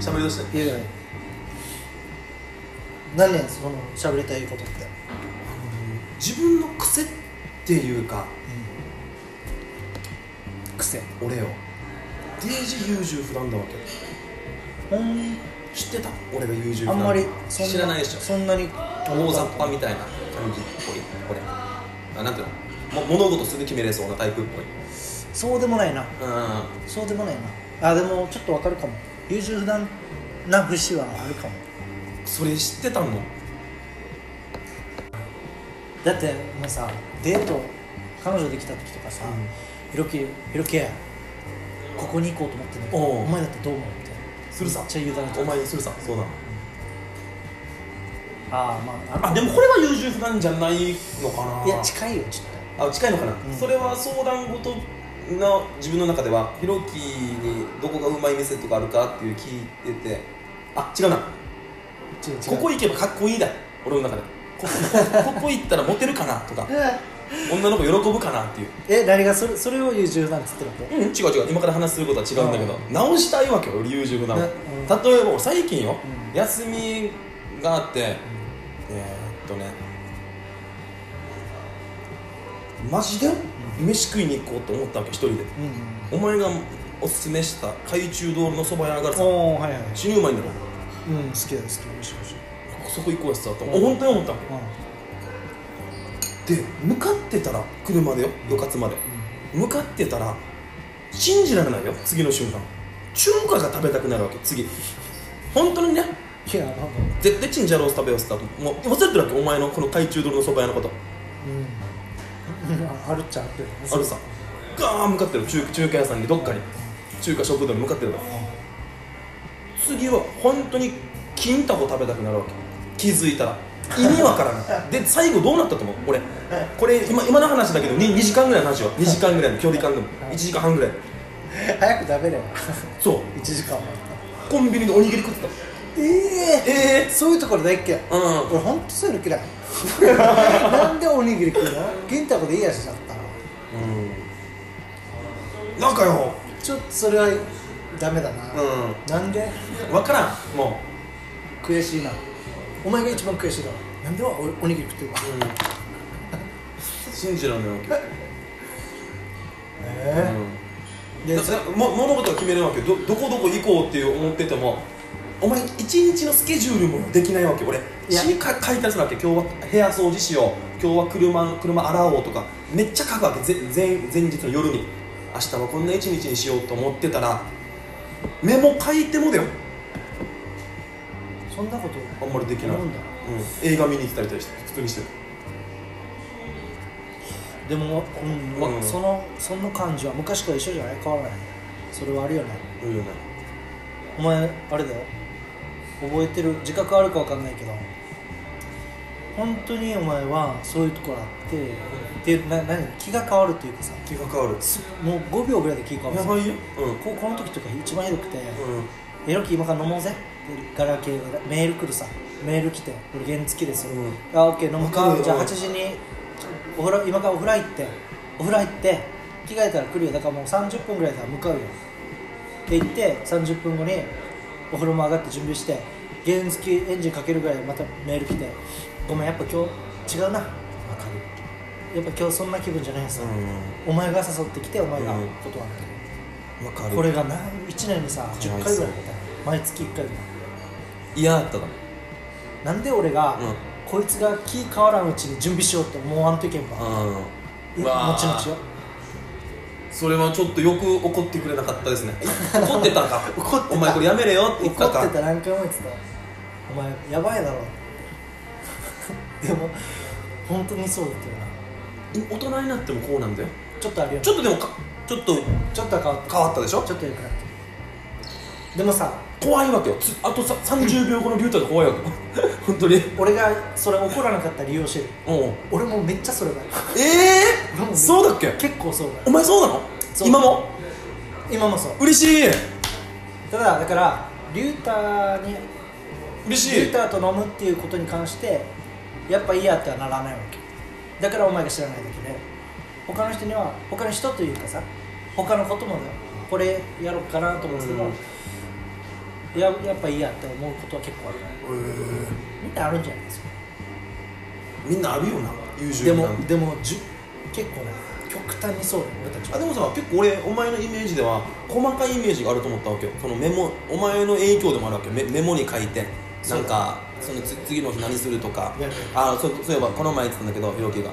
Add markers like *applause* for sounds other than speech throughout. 喋り出して言うじゃない何年その喋りたいことって、自分の癖っていうか癖俺をデージ優柔不断だわけほん知ってた俺が優柔不あ断んまりそん知らないでしょそんなに大雑把みたいな感じっぽい俺あなんていうのも物事すぐ決めれそうなタイプっぽいそうでもないなうそうでもないなあでもちょっとわかるかも優柔不断な節はあるかもんそれ知ってたのだってもうさデート彼女できた時とかさうん「ひろきひろきやここに行こうと思ってんだけどおうお前だってどう思う?」みたいなするさめっちゃ言うだなとお前にするさそうだああまああでもこれは優柔不断じゃないのかあないや近いよちょっとあ近いのかな、んそれは相談事の自分の中ではひろきにどこがうまい店とかあるかっていう聞いててあ違うな違う違うここ行けばかっこいいだ俺の中でここ *laughs* ここ行ったらモテるかなとか女の子喜ぶかなっていうえ誰がそれそれを優柔不断っつってるわけうん違う違う今から話することは違うんだけど、直したいわけよ俺優柔不断を、ね例えば俺最近よ、う休みがあって、えーっとねマジで、飯食いに行こうと思ったわけ一人でうおん前がおすすめした海中通りのそば屋があるうんさおおはいはい死ぬうまいんだろうん好きだ好きだ美味しい美味しいそこ行こうやつだと、うん本当に思ったわうんけで向かってたら車でよよかつまで向かってたら信じられないよ次の瞬間中華が食べたくなるわけ次本当にねいやなんだろう絶対チンジャロース食べようってたともう忘れてるわけお前のこの海中通りのそば屋のことうんああるっちゃあるけどあるさガーン向かってる中中華屋さんにどっかに中華食堂に向かってるから次は本当に金太子食べたくなるわけ気づいたら意味わからないで最後どうなったと思う俺これ今今の話だけど 2, 時間ぐらいの話よ2時間ぐらいの距離感でもはい1時間半ぐらい早く食べれば *laughs* そう1時間はコンビニでおにぎり食ってたええええそういうところ大っ嫌いうん俺ほんとそういうの *laughs* 嫌いなんでおにぎり食うの銀太子でいいやしちゃったらうんなんかよちょっとそれはダメだな、うなんでん分からんも悔しいなお前が一番悔しいだろなんでおおにぎり食ってるわう、うん、信じらんないわけええででそれも物事を決めるわけよどどこどこ行こうって思っててもお前一日のスケジュールもできないわけよ俺いや詩か書いたりするわけ今日は部屋掃除しよう今日は車車洗おうとかめっちゃ書くわけぜ前前日の夜に明日はこんな一日にしようと思ってたらメモ書いてもだよそんなことあんまりできない、なうんんだ、映画見に行ったりとかして普通にしてるでも、うんうんそのその感じは昔から一緒じゃない変わらないそれはあるよねうんうんお前あれだよ覚えてる自覚あるかわかんないけど本当にお前はそういうところあってでな何気が変わるというかさ気が変わるすもう5秒ぐらいで気が変わやるばいようんうここの時とか一番ひどくてん「エロキ今から飲もうぜ」ガラケーでメール来るさメール来て「俺原付きですよ」うんあオッケー飲むわかかるよじゃあ8時にお風呂今からお風呂入ってお風呂入って着替えたら来るよだからもう30分ぐらいだから向かうよって言って30分後にお風呂も上がって準備して原付きエンジンかけるぐらいまたメール来て「ごめんやっぱ今日違うなわやかるっぱ今日そんな気分じゃないです、うお前が誘ってきてお前がうん断って、んわかるこれがな1年にさ10回ぐらいだったよ毎月1回ぐらい嫌だっただなんで俺が、うんこいつが気変わらんうちに準備しようって思わんといけんか、うえんもちもちよそれはちょっとよく怒ってくれなかったです *laughs* ね怒ってたか怒ってたお前これやめれよって怒言ってたっかた何回も言ってたお前やばいだろって *laughs* でも本当にそうだったよな大人になってもこうなんだよちょっとあるよねちょっとでもかちょっとちょっとは変わった変わったでしょちょっとよくなってるでもさ怖いわけよつあとさ30秒後の竜太が怖いわけ *laughs* よ本当に俺がそれ怒らなかった理由を教えるうん俺もめっちゃそれがあるえ俺もえめっちゃそうだっけ結構そうだおよ前そうなのそう今も今もそう嬉しいただだからリューターに嬉しリュいーターと飲むっていうことに関してやっぱいいやってはならないわけだからお前が知らないだけで他の人には他の人というかさ他のこともだよこれやろうかなと思ってたけど、うんいいややっぱいいやって思うことは結構あるねみんなあるんじゃないですかみんなあるよな優柔で不も断でもじゅ結構ね極端にそうだよ俺たちあでもさ結構俺お前のイメージでは細かいイメージがあると思ったわけよそのメモお前の影響でもあるわけよメメモに書いてなんかそのつ次の日何するとかいやいやあそうそういえばこの前言ってたんだけどひろきが、えー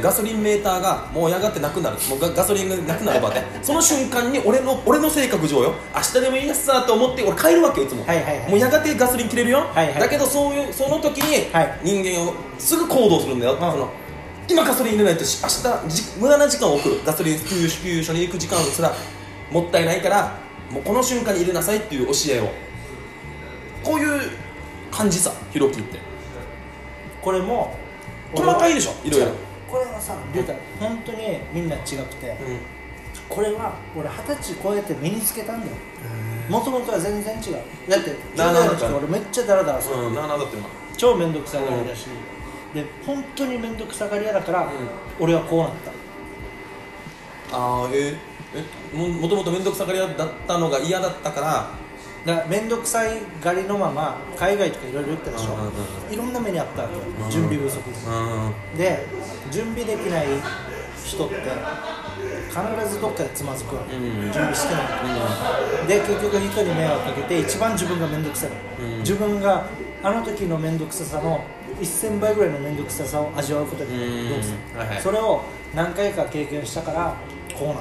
ガソリンメーターがもうやがてなくなるもうガガソリンがなくなれば *laughs* ってその瞬間に俺の俺の性格上よ明日でもいいやつさと思って俺帰るわけよいつも、はいはいはいもうやがてガソリン切れるよ、はいはいだけどそういうその時にはい人間をすぐ行動するんだよ、その今ガソリン入れないとし明日じ無駄な時間を送るガソリン給油給油所に行く時間すらもったいないからもうこの瞬間に入れなさいっていう教えをこういう感じさひろきってこれも細かいでしょいろいろ違うこれはさ出た本当にみんな違くて、これは俺二十歳超えて身につけたんだよもともとは全然違うだって10な代なんのか時俺めっちゃダラダラする、うん、ななんだってな超面倒くさがりだし、で本当に面倒くさがり屋だから、ん俺はこうなったああええももともと面倒くさがり屋だったのが嫌だったからだから面倒くさい狩りのまま海外とかいろいろ行ったでしょ、うんうんいろんな目にあったわけよ、準備不足うんうんで準備できない人って必ずどっかでつまずくわけ、うん準備してないで結局人に迷惑かけて一番自分が面倒くさい、うん自分があの時の面倒くささの1000倍ぐらいの面倒くささを味わうことになうんるどうする、はいはいそれを何回か経験したからこうなっ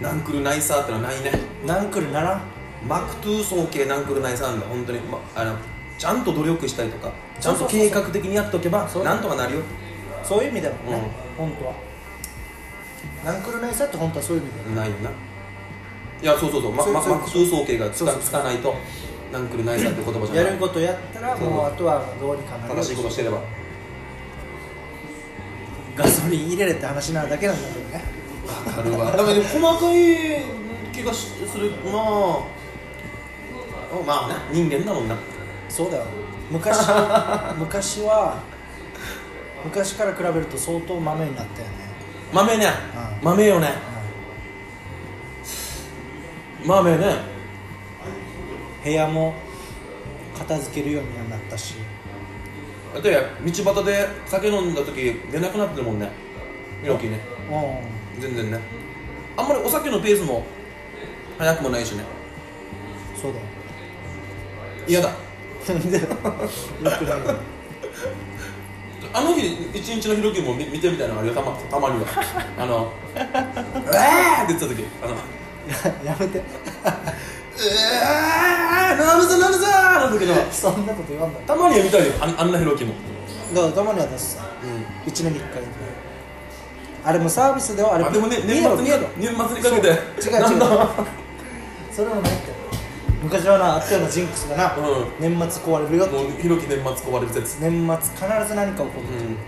たナンクルナイサーってのはないね何くるならんマクトゥーソー系ナンクルナイサーなんだ本当にまあのちゃんと努力したりとかちゃんと計画的にやっとけばそうそうそうなんとかなるよそういう意味だもんね、本当は何くるないさって本当はそういう意味だなよ、いよないやそうそうそうまそうまそうマクトゥーソー系がつそうかそうつかない *laughs* とナンクルナイサーって言葉じゃやなるいことやったらもうあとはどうにかなる正しいことしてればガソリン入れれって話なだけなんだけどねわかる *laughs* わでもでも細かい気がしするまあまあね人間だもんなそうだよ *laughs* 昔昔は昔から比べると相当豆になったよね、豆ねうん豆よねう豆ねん部屋も片付けるようになったしあとや道端で酒飲んだ時出なくなってるもんねミロキーねう全然ねあんまりお酒のペースも早くもないしねんそうだよ *laughs* 嫌だなんでよくないよ *laughs* あの日一日のひろきも見見てみたいなのあるよたまた *laughs* まにはあの「えー!」って言った時あの「やめてえー!」なるぞなるぞーの時の *laughs* そんなこと言わんだたまには見たいよあんあんなひろきもだからたまには出すさうん1年に1回あれもサービスではあれあでもね年末に見えろ年末にかけてそう違う違うなんだそれもないって昔はなあったようなジンクスがな、うん年末壊れるよってもうひろき年末壊れる説年末必ず何か起こる、うん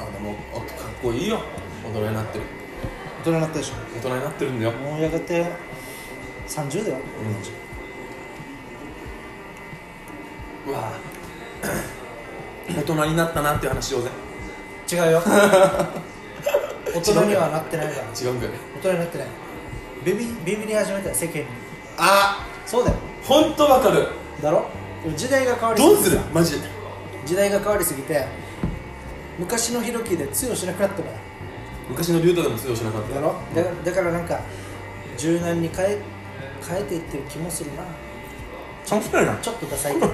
あでもおかっこいいよ大人になってる大人になったでし大人になってるんだよょもうやがて30だよ、うわぁ *clears throat* 大人になったなっていう話しようぜ違 *laughs* うよ大人にはなってないから違うんかよね大人になってないビビビビり始めたよ世間にあそうだよほんとわかるだろでも時代が変わりどうぎてするマジで時代が変わりすぎて昔のヒロキで通用しなくなったから昔の竜太でも通用しなかっただろだからだからなんか柔軟に変え変えていってる気もするなちゃんとやるなちょっとダサいけど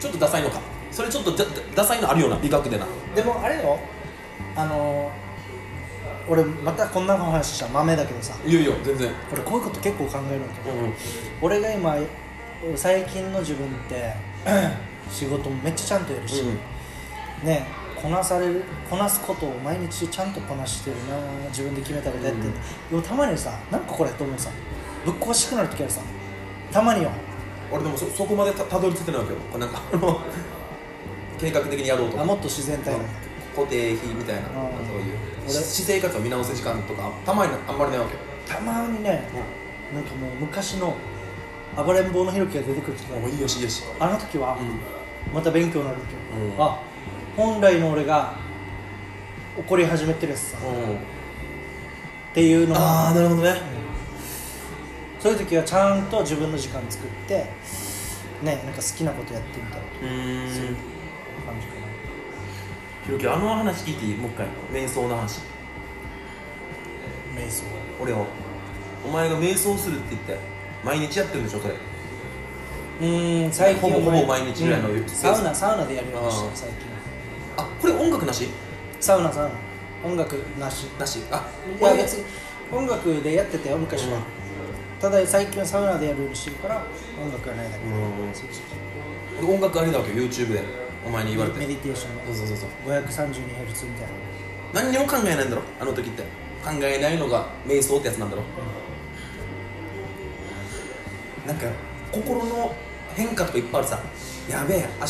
ちょっとダサいのかそれちょっとダダサいのあるよな美学でなでもあれよあのー俺またこんな話したら豆だけどさいやいや全然俺こういうこと結構考えるんだけどうんうん俺が今最近の自分って *clears throat* 仕事もめっちゃちゃんとやるし、ねこなされるこなすことを毎日ちゃんとこなしてるな自分で決めたことやってる、うんでもたまにさなんかこれと思うさぶっ壊しくなる時あるさたまによ俺でもそそこまでたたどり着いてないわけよこうなんかあの *laughs* 計画的にやろうとあかもっと自然体だ、固定費みたいなあーそういう俺し私生活を見直す時間とかたまにあんまりないわけよたまにねもなんかもう昔の暴れん坊のひろきが出てくる時があるういいよしいいよしあの時は、うまた勉強になる時、うんあ本来の俺が怒り始めてるやつさ、っんうんていうのがああなるほどねそういう時はちゃんと自分の時間作ってねなんか好きなことやってみたりとうかそういーうん感じかなひろきあの話聞いていいもう一回瞑想の話瞑想俺をお前が瞑想するって言って毎日やってるんでしょそれうーん最近はほぼほぼ毎日ぐらいのうんサウナサウナでやるようにしあてー最近はあこれ音楽なしサウナサウナ音楽なしなしあいや別に音楽でやってたよ昔は、ただ最近はサウナでやるようにしてるから音楽はないだけど、うんそうそう俺音楽ありだわけよ YouTube でお前に言われてメディテーションのそうそうそうそう 532Hz みたいな何にも考えないんだろあの時って考えないのが瞑想ってやつなんだろなんか心の変化とかいっぱいあるさやべえ明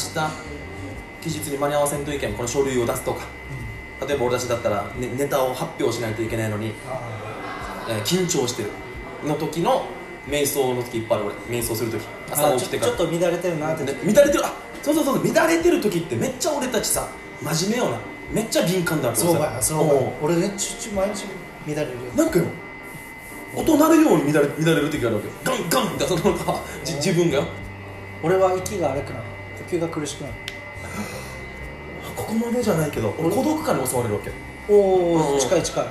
日期日に間に合わせんといけんこの書類を出すとか例えば俺たちだったら、ね、ネタを発表しないといけないのに、あえー緊張してるの時の瞑想の時いっぱいある俺瞑想する時ー朝あー起きちてょかちらょっと乱れてるなってね乱れてるあそうそうそう乱れてる時ってめっちゃ俺たちさ真面目よなめっちゃ敏感だってそうかさよそうかんよ俺ねちょちょ毎日乱れるよなんかよ音鳴るように乱れ乱れる時があるわけよガンガンってそのなんかじ自分がよ俺は息が荒くなる呼吸が苦しくなるあここまでじゃないけど俺孤独感に襲われるわけよおお、うん近い近いは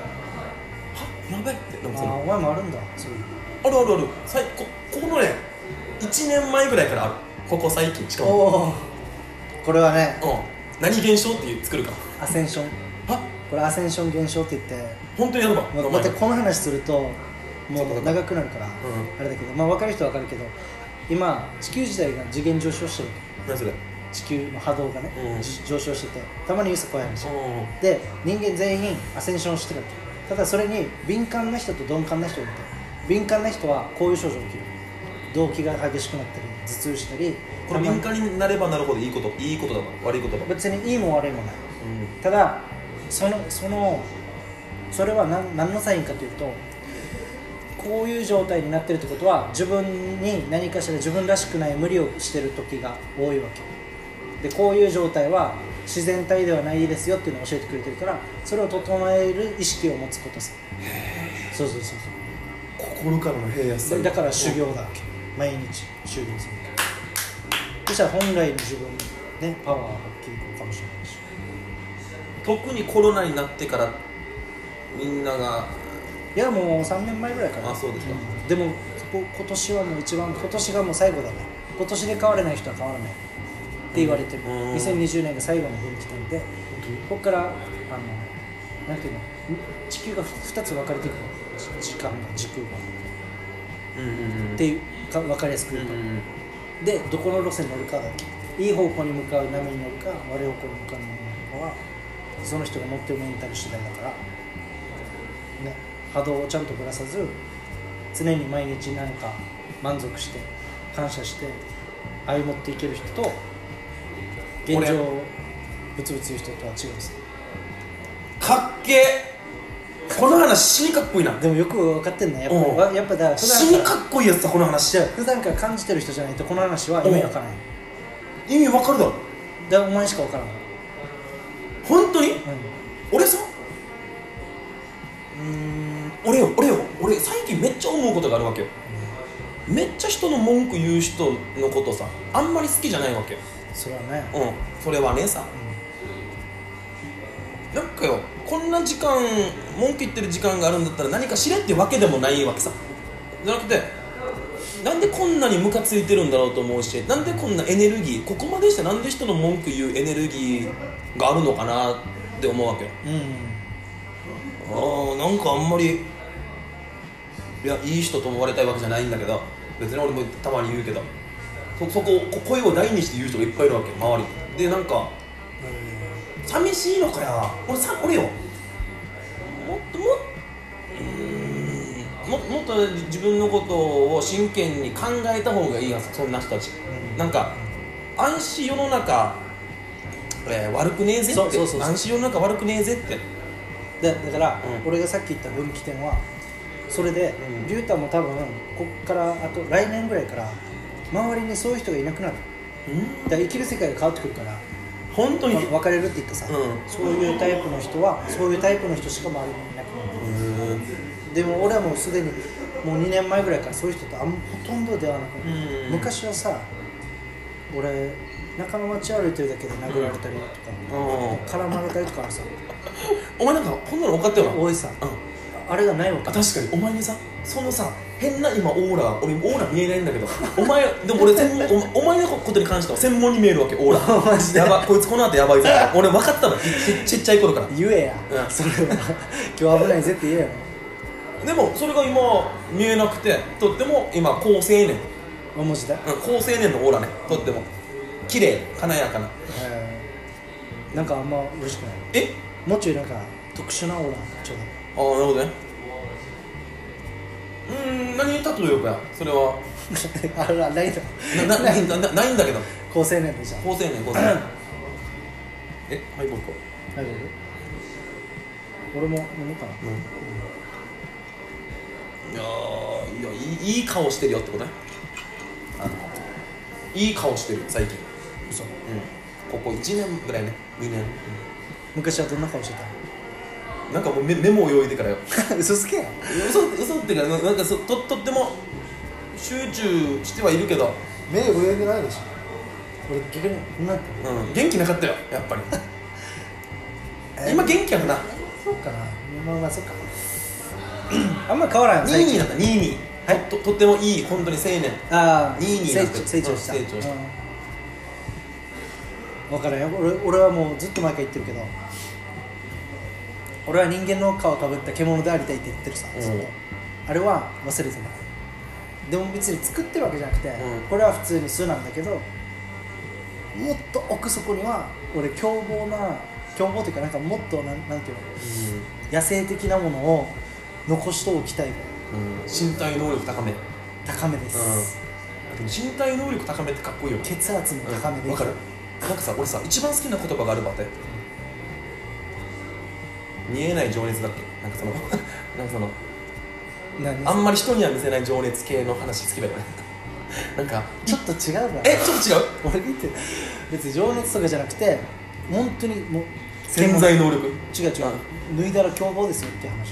やばいってでもあそあおの前もあるんだそういうあるあるある最こここのね1年前ぐらいからあるここ最近しかおもおこれはねうん何現象っていう作るかアセンションあこれアセンション現象って言って本当にやるわま名あま前たこの話するともそうかそううか長くなるからんあれだけどまあ分かる人は分かるけど今地球自体が次元上昇してる何それ地球の波動がね、うんじ上昇しててたまに言うさ怖い話うんで人間全員アセンションしてるわけただそれに敏感な人と鈍感な人がいて敏感な人はこういう症状が起きる動悸が激しくなったり頭痛したりこれたま敏に感になればなるほどいいこといいことだわ悪いことだわ別にいいも悪いもないうんただそのそのそれは何何のサインかというとこういう状態になってるってことは自分に何かしら自分らしくない無理をしてる時が多いわけでこういう状態は自然体ではないですよっていうのを教えてくれてるからそれを整える意識を持つことさそうそうそう心からの平安そうでだから修行行だわけ毎日修行するそしたら本来の自分のねパワーを発揮できるかもしれないし特にコロナになってからみんながいやもう3年前ぐらいかなあそうですかんでもこ今年はもう一番今年がもう最後だね今年で変われない人は変わらないって言われてる、うん2020年が最後の分岐点でここからあのなんていうの地球が2つ分かれていくの時間が時空がうんうんうんっていうか分かりやすくうん言ううと、んうんでどこの路線に乗るかだけいい方向に向かう波に乗るか悪い方向に向かう波に乗るかはその人が乗ってるメンタル次第だから、ね、波動をちゃんとぶらさず常に毎日何か満足して感謝して歩もっていける人と現俺状をぶつぶつ言う人とは違うんですかっけえこの話死にかっこいいなでもよく分かってんねやっぱうんりわやっぱだから普死に段からかっこいいやつさこの話じゃあ普段から感じてる人じゃないとこの話は意味わからない意味わかるだろだからお前しかわからない、本当にうん俺さうーん俺よ俺よ俺最近めっちゃ思うことがあるわけよめっちゃ人の文句言う人のことさあんまり好きじゃないわけよそれはね、うんそれはねさなんかよこんな時間文句言ってる時間があるんだったら何か知れってわけでもないわけさじゃなくてなんでこんなにムカついてるんだろうと思うしなんでこんなエネルギーここまでしてなんで人の文句言うエネルギーがあるのかなって思うわけようん、あーなんかあんまりいやいい人と思われたいわけじゃないんだけど別に俺もたまに言うけどそそここ声を大にして言う人がいっぱいいるわけよ周りにでなんか寂しいのかや俺さ俺よもっともっうーんももっと自分のことを真剣に考えた方がいいやそんな人たち、うんなんか安心世の中、えー悪くねえぜってそうそうそうそう安心世の中悪くねえぜってだだから、うん俺がさっき言った分岐点はそれでうん龍太、も多分こっからあと来年ぐらいから周りにそういう人がいなくなるだから生きる世界が変わってくるから、本当に、ま別れるって言ったさ、うんそういうタイプの人はそういうタイプの人しか周りにいなくなるでも俺はもうすでにもう2年前ぐらいからそういう人とあんほとんど出会わなくなった、うん昔はさ俺中野町歩いてるだけで殴られたりとか、絡まれたりとかあるさお前なんかこんなの分かったよな、うん、多いさあれがないわけあ確かにお前にさそのさ変な今オーラ俺オーラ見えないんだけどお前でも俺専 *laughs* 門おお前のことに関しては専門に見えるわけオーラマジでやばこいつこの後やばいぞ俺分かったのちちっちゃい頃から言えや、うんそれ *laughs* は今日危ないぜって言えよでもそれが今見えなくてとっても今高青年、うん、お文字で、高青年のオーラねとっても綺麗華やかなえーなんかあんま嬉しくないえもうちょいなんか特殊なオーラちょうだいああなるほどねうーん何例えようかそれはあらないだななななないんだけど高青年でじゃん高青年高青 *laughs* 年えハイボールか大丈夫俺も飲もうかなうんいやーいやいいいい顔してるよってことねあのいい顔してる最近嘘うんここ1年ぐらいね2年、昔はどんな顔してうんなんかもう目目も泳いでからよた嘘つけや *laughs* 嘘嘘っていうかななんかそととっても集中してはいるけど、目泳いでないでしょ俺逆にこんなんやっうん、元気なかったよやっぱ *laughs* りたえ今元気やなそうかなまあまあそっかあんま変わら2ん位最に近なった2位にはいととってもいい本当に青年ああいいにな成って長る成長したうん成長した分からんよ俺俺はもうずっと毎回言ってるけど俺は人間の皮をかぶった獣でありたいって言ってるさ、うんずっとあれは忘れてないでも別に作ってるわけじゃなくて、んこれは普通に素なんだけどもっと奥底には俺凶暴な凶暴というかなんかもっとなんなんていうの野生的なものを残しておきたいうん、身体能力高め高めです、身体能力高めってかっこいいよね血圧も高めでわかるなんかさ俺さ一番好きな言葉があるばって見えない情熱だっけなんかその *laughs* なんかその何あんまり人には見せない情熱系の話好きだよね *laughs* なんかちょっと違うなえちょっと違う俺見て別に情熱とかじゃなくて本当にもう潜在能力違う違う脱いだら凶暴ですよっていう話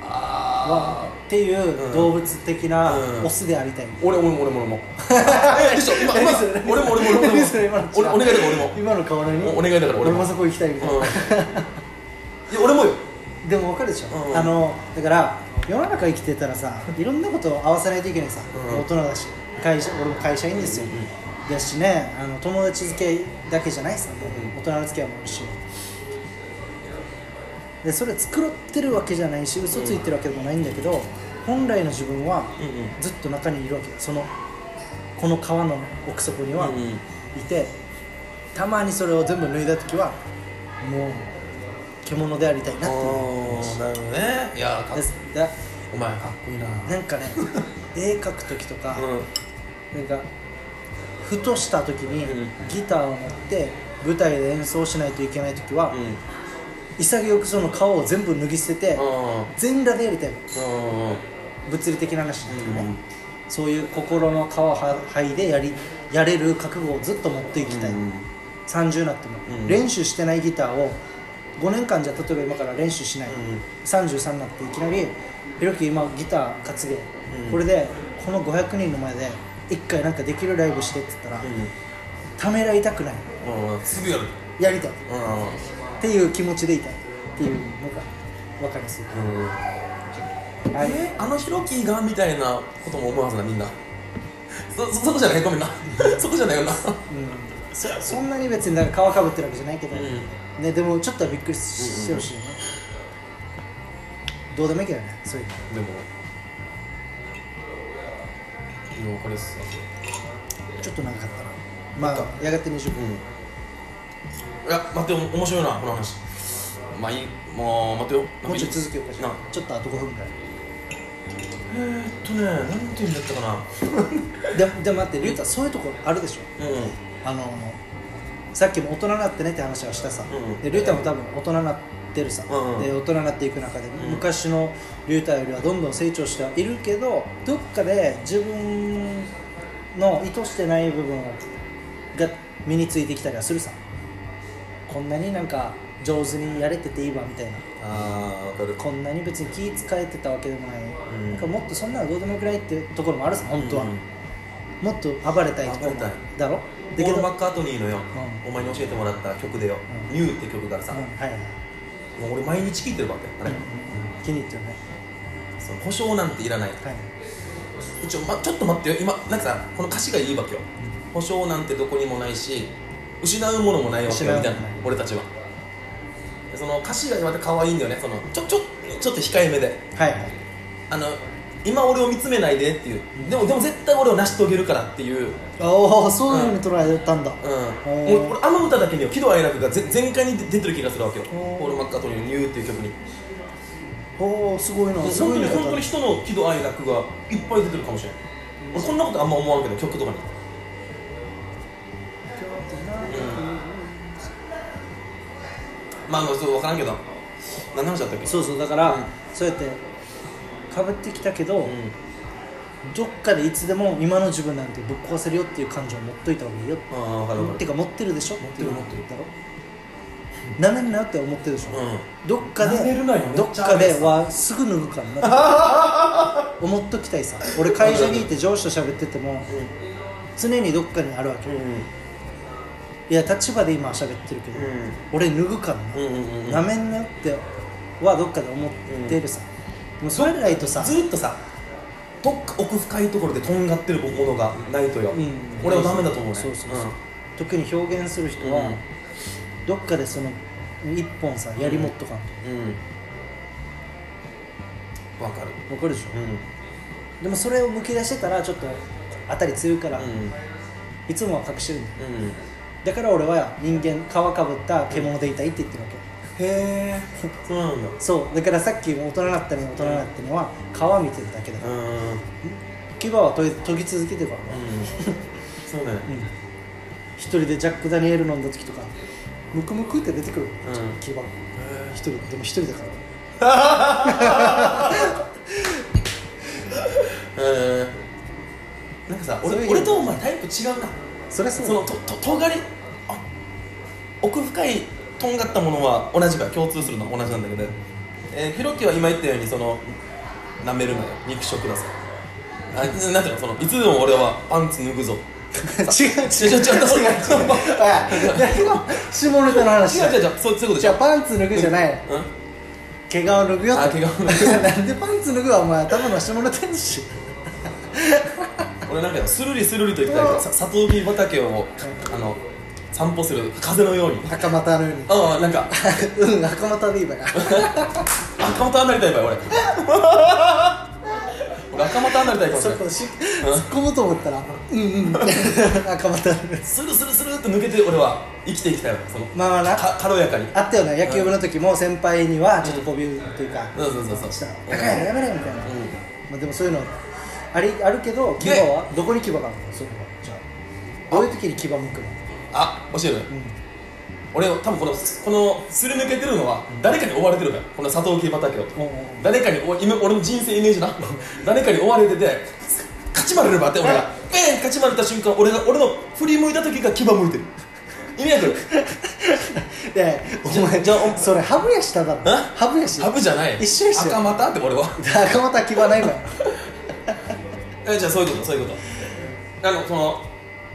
はあっていううん動物的なうんオスでありたいあ俺俺も俺も俺 *laughs* もえでしょ今今何それ何それ俺も俺も俺も *laughs* 何それ今の俺も俺お願いだから俺も今の顔何おお願いだから俺俺ももそこ行きたいみたいな、うんいや俺もよでも分かるでしょ、うんあのだから世の中生きてたらさいろんなことを合わせないといけないさ、うん大人だし会社俺も会社員ですよ、だしねあの友達付き合いだけじゃないさ、うん大人の付き合いもあるしでそれ繕ってるわけじゃないし嘘ついてるわけでもないんだけど、本来の自分はうんうんずっと中にいるわけよそのこの川の奥底には、うんうんいてたまにそれを全部脱いだ時はもう獣でありたいなって思うあーなるほどねいやーかっですだお前かっこいいななん *laughs* かね絵描く時とか、うなんかふとした時にうんギターを持って舞台で演奏しないといけない時は、んうん潔くその顔を全部脱ぎ捨てて、あ全裸でやりたいのあ物理的な話だけどね、うんそういう心の皮をは剥いでやりやれる覚悟をずっと持っていきたい、30になっても、うん練習してないギターを5年間じゃ例えば今から練習しない、33になっていきなり「ひろき今ギター担げ、うんこれでこの500人の前で1回なんかできるライブして」って言ったら、ためらいたくないうんうんすぐやるやりたいっうんていう気持ちでいたいっていうのが分かりますうんはいえあのヒロキがみたいなことも思うはずなみんなそそそこじゃないごめんなそこじゃないよなうん、そそんなに別になんか皮かぶってるわけじゃないけど、ね、でもちょっとはびっくりしてほしいよね、どうでもいいけどねそういうのでもいやわかりやすちょっと長かったなまあやがて20う分、んいや待ってよ面白いなこの話まあいいもう待ってよもうちょい続けようかじゃなあちょっとあと5分ぐらいえーっとね何て言うんだったかなででも待って竜太そういうところあるでしょうんあのさっきも大人になってねって話はしたさ、うんで竜太も多分大人になってるさ、うんうんで大人になっていく中で、ん昔の竜太よりはどんどん成長してはいるけどどっかで自分の意図してない部分が身についてきたりはするさこんなになんか上手にやれてていいわみたいなああわかるこんなに別に気使えてたわけでもない、んなんかもっとそんなのどうでもよくないってところもあるさ本当は、うんもっと暴れたいとか暴もれたいだろポーだけル・ど、うん、マッカートニーのよ、うお前に教えてもらった曲でよ「うんニューって曲があるさ、はいはいもう俺毎日聴いてるわけあれ、気に入ってるねその保証なんていらないはい一応、ま、ちょっと待ってよ今なんかさこの歌詞がいいわけよ保証なんてどこにもないし失うものもないわけよ失うみたいなはい俺たちはでその歌詞がまた可愛いんだよねそのちょちょちょっと控えめではいはいあの今俺を見つめないでっていうでもでも絶対俺を成し遂げるからっていう、うん、ああそういうふうに捉えたんだ、ーもう俺あの歌だけには喜怒哀楽がぜ全開に出てる気がするわけよおーポール・マッカートニーの「ニュー」っていう曲におおすごいな本すご当いにな本当に人の喜怒哀楽がいっぱい出てるかもしれない俺こんなことあんま思わんけど曲とかにまあまあそう分からんけど何の話だったっけそうそうだから、そうやってかぶってきたけど、うんどっかでいつでも今の自分なんてぶっ壊せるよっていう感情を持っといた方がいいよああ分かる分かるてか持ってるでしょ持ってる持ってるだろなめんなよって思ってるでしょ、うどっかでなめるなよどめっっかちゃあるでやつはすぐ脱ぐからな *laughs* 思っときたいさ俺会社にいて上司と喋ってても常にどっかにあるわけ、んうんいや立場で今は喋ってるけど、俺脱ぐからな、うんうんうんなめんなよってはどっかで思ってるさ、でもそれないとさずっとさどっか奥深いところでとんがってるものがないとよ、うん俺はダメだと思うねそうそうそう特に表現する人うはんどっかでその一本さやりもっとかんとうんうんわかるわかるでしょうんでもそれをむき出してたらちょっと当たり強いからいつもは隠してるんだようんうんだから俺は人間皮かぶった獣でいたいって言ってるわけへえそうなんだそうだからさっきも大人になったね大人になったのは皮見てるだけだかうらんうん牙は研ぎ研ぎ続けてるからねそうだねうん一人でジャック・ダニエル飲んだ時とかムクムクって出てくうるん牙一人でも一人だからうんなんかさ俺そういう俺とお前タイプ違うなそれはそうそのとととがりあ奥深いとんがったものは同じか共通するのは同じなんだけど、えー、ひろきは今言ったようにそのなめるなよ肉食だぞあなんていうのそのいつでも俺はパンツ脱ぐぞ違う違 *laughs* う違う違う違う違う違う違う *laughs* あ誰が下ネタの話だ違う違うそうそういうことじじゃゃあパンツ脱ぐじゃないうん毛皮を脱ぐよあって毛皮を脱なんでパンツ脱ぐわお前頭の下ネタにし俺なんかスルリスルリと言ってたけどさサトウキビ畑をあの散歩する風のように袴田のようにああなんかうん袴田でいいばや赤股になりたいばい俺 *laughs* 俺赤股になりたいかもしそれないこし突っ込むと思ったらうんう *laughs* ん袴田のようにスルスルスルって抜けて俺は生きていきたいわそのまあまあなか軽やかにあったよな野球部の時も先輩にはちょっとこびるというかそうそうそうしそたうら「高いのやめれ」みたいなうんまあでもそういうのありあるけど牙はどこに牙があるのそういうのはじゃあどういう時に牙向くのあ教えるうん俺多分このこのすり抜けてるのは誰かに追われてるからこのサトウキビ畑をおうおう誰かに追わ今俺の人生イメージな *laughs* 誰かに追われてて勝ちまれればって俺がペーン勝ちまれた瞬間俺が俺の振り向いた時が牙向いてる意味なくでお前じゃあおそれハブやしただろえハブやしハブじゃない一緒一緒赤股って俺は仲間た牙ないわよえじゃあそういうことそういうことあのその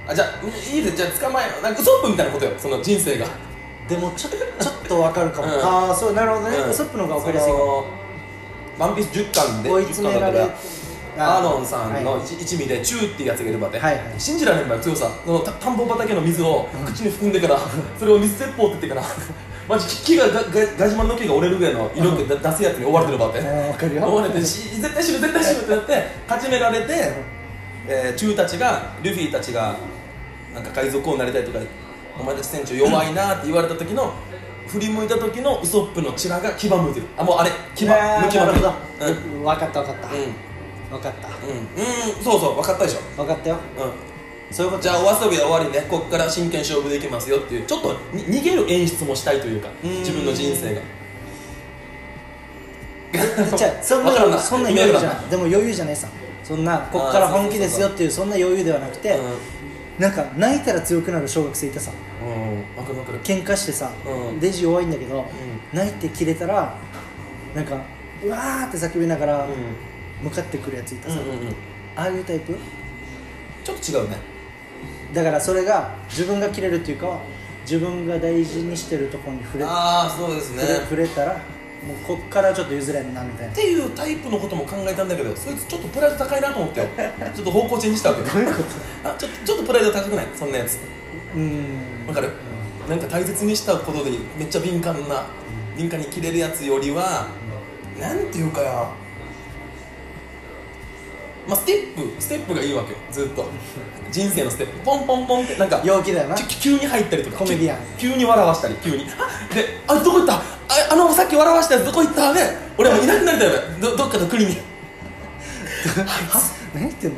あじゃあいいですじゃあ捕まえなんかウソップみたいなことよその人生がでもちょちょっとわかるかも、うんああそうなるほどね、うんウソップの方がわかりやすいかもそのワンピース10巻で追い詰められ10巻だったらアーロンさんのはい一,、味でチューっていうやつがいればね、はいはい信じられんばよ強さそのた田んぼ畑の水を口に含んでから、それを水鉄砲って言ってから *laughs* マジ木がががガジュマルの木が折れるぐらいの威力だ出すやつに追われてるばって、あーわかるよ追われてし絶対死ぬ絶対死ぬってなって勝ちめられて、えー、チューたちがルフィたちがなんか海賊王になりたいとかお前たち船長弱いなって言われた時の振り向いた時のウソップのチラが牙向いてるあもうあれ牙いやー向きまなくるりほどうん、分かった分かった、うん分かったうん、うん、そうそう分かったでしょ、分かったうよそういうこん、とじゃあお遊びは終わりねこっから真剣勝負でいきますよっていうちょっとに逃げる演出もしたいというかうん自分の人生が *laughs* じゃあそんなわからんなそんなイメ余ージだ裕じゃないでも余裕じゃないさそんなこっから本気ですよっていうそんな余裕ではなくて、うなんか泣いたら強くなる小学生いたさん、うんわかるわかる喧嘩してさ、うんレジ弱いんだけど、う泣いて切れたらなんかうわーって叫びながらう向かってくるやついたんさ、うんうんうんああいうタイプちょっと違うねだからそれが自分が切れるっていうか自分が大事にしてるところに触れ,、ああそうですね触れ触れたらもうこっからちょっと譲れんなみたいっなていうタイプのことも考えたんだけどそいつちょっとプライド高いなと思ってよちょっと方向チェンジしたわけあちょっとちょっとプライド高くないそんなやつうーんわかるなんか大切にしたことでめっちゃ敏感な敏感に切れるやつよりはなんていうかやまあステップステップがいいわけよずっと人生のステップポンポンポンってなんか陽気だよなき急に入ったりとかコメディアン急急に笑わしたり急に *laughs* あで「あどこ行ったああのさっき笑わしたやつどこ行った?」で俺もういなくなりたいよどどっかの *laughs* 国には何言ってんの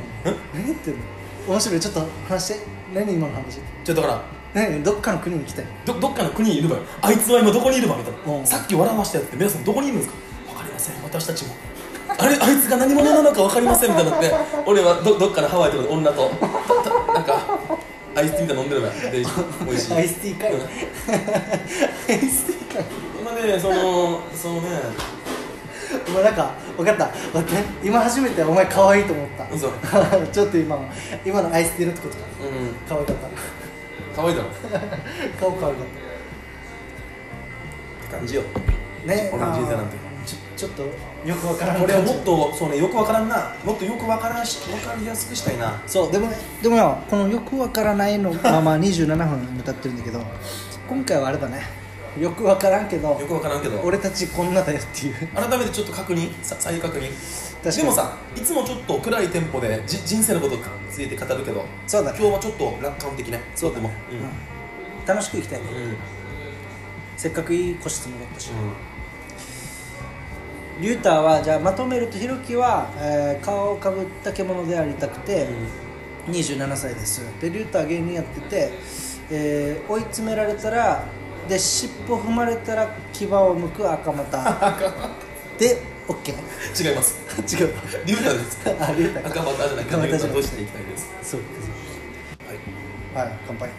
何言ってんの面白いちょっと話して何今の話ちょっとだから何どっかの国に来たいどどっかの国にいるわよあいつは今どこにいるわみたいな、うんさっき笑わしたやつって皆さんどこにいるんですか分かりません私たちもあれあいつが何者なのか分かりませんみたいになって俺はどどっかのハワイとかで女とたたなんかアイスティーみたいなの飲んでるわよで美味しいアイステ *laughs* ィーかいうんアイスティーかいまあねそのそのねお前なんか分かった待って今初めてお前可愛いと思った嘘 *laughs* ちょっと今の今のアイスティーのってことかうん可愛かっ可愛いだろった *laughs* 顔可愛かって感じよたね俺の人生なんてあーちょちょっとよく分からん俺は感じもっとそうねよくわからんなもっとよくわからんしわかりやすくしたいなそうでもねでもよこのよくわからないのまま27分経ってるんだけど今回はあれだねよくわからんけどよくわからんけど俺たちこんなだよっていう改めてちょっと確認さ再確認かにでもさいつもちょっと暗いテンポでじ人生のことについて語るけどそうだ今ね日はちょっと楽観的ねそうでもううんん楽しくいきたいねうんせっかくいい個室もらったしリューターはじゃあまとめるとひろきは、えー顔をかぶった獣でありたくて、27歳ですでリューター芸人やってて、えー追い詰められたらで尻尾踏まれたら牙を剥く赤股で OK 違います *laughs* 違うリュウタです *laughs* あリューター赤股じゃない赤赤股股じゃないとしていきたいですそうですはいはい乾杯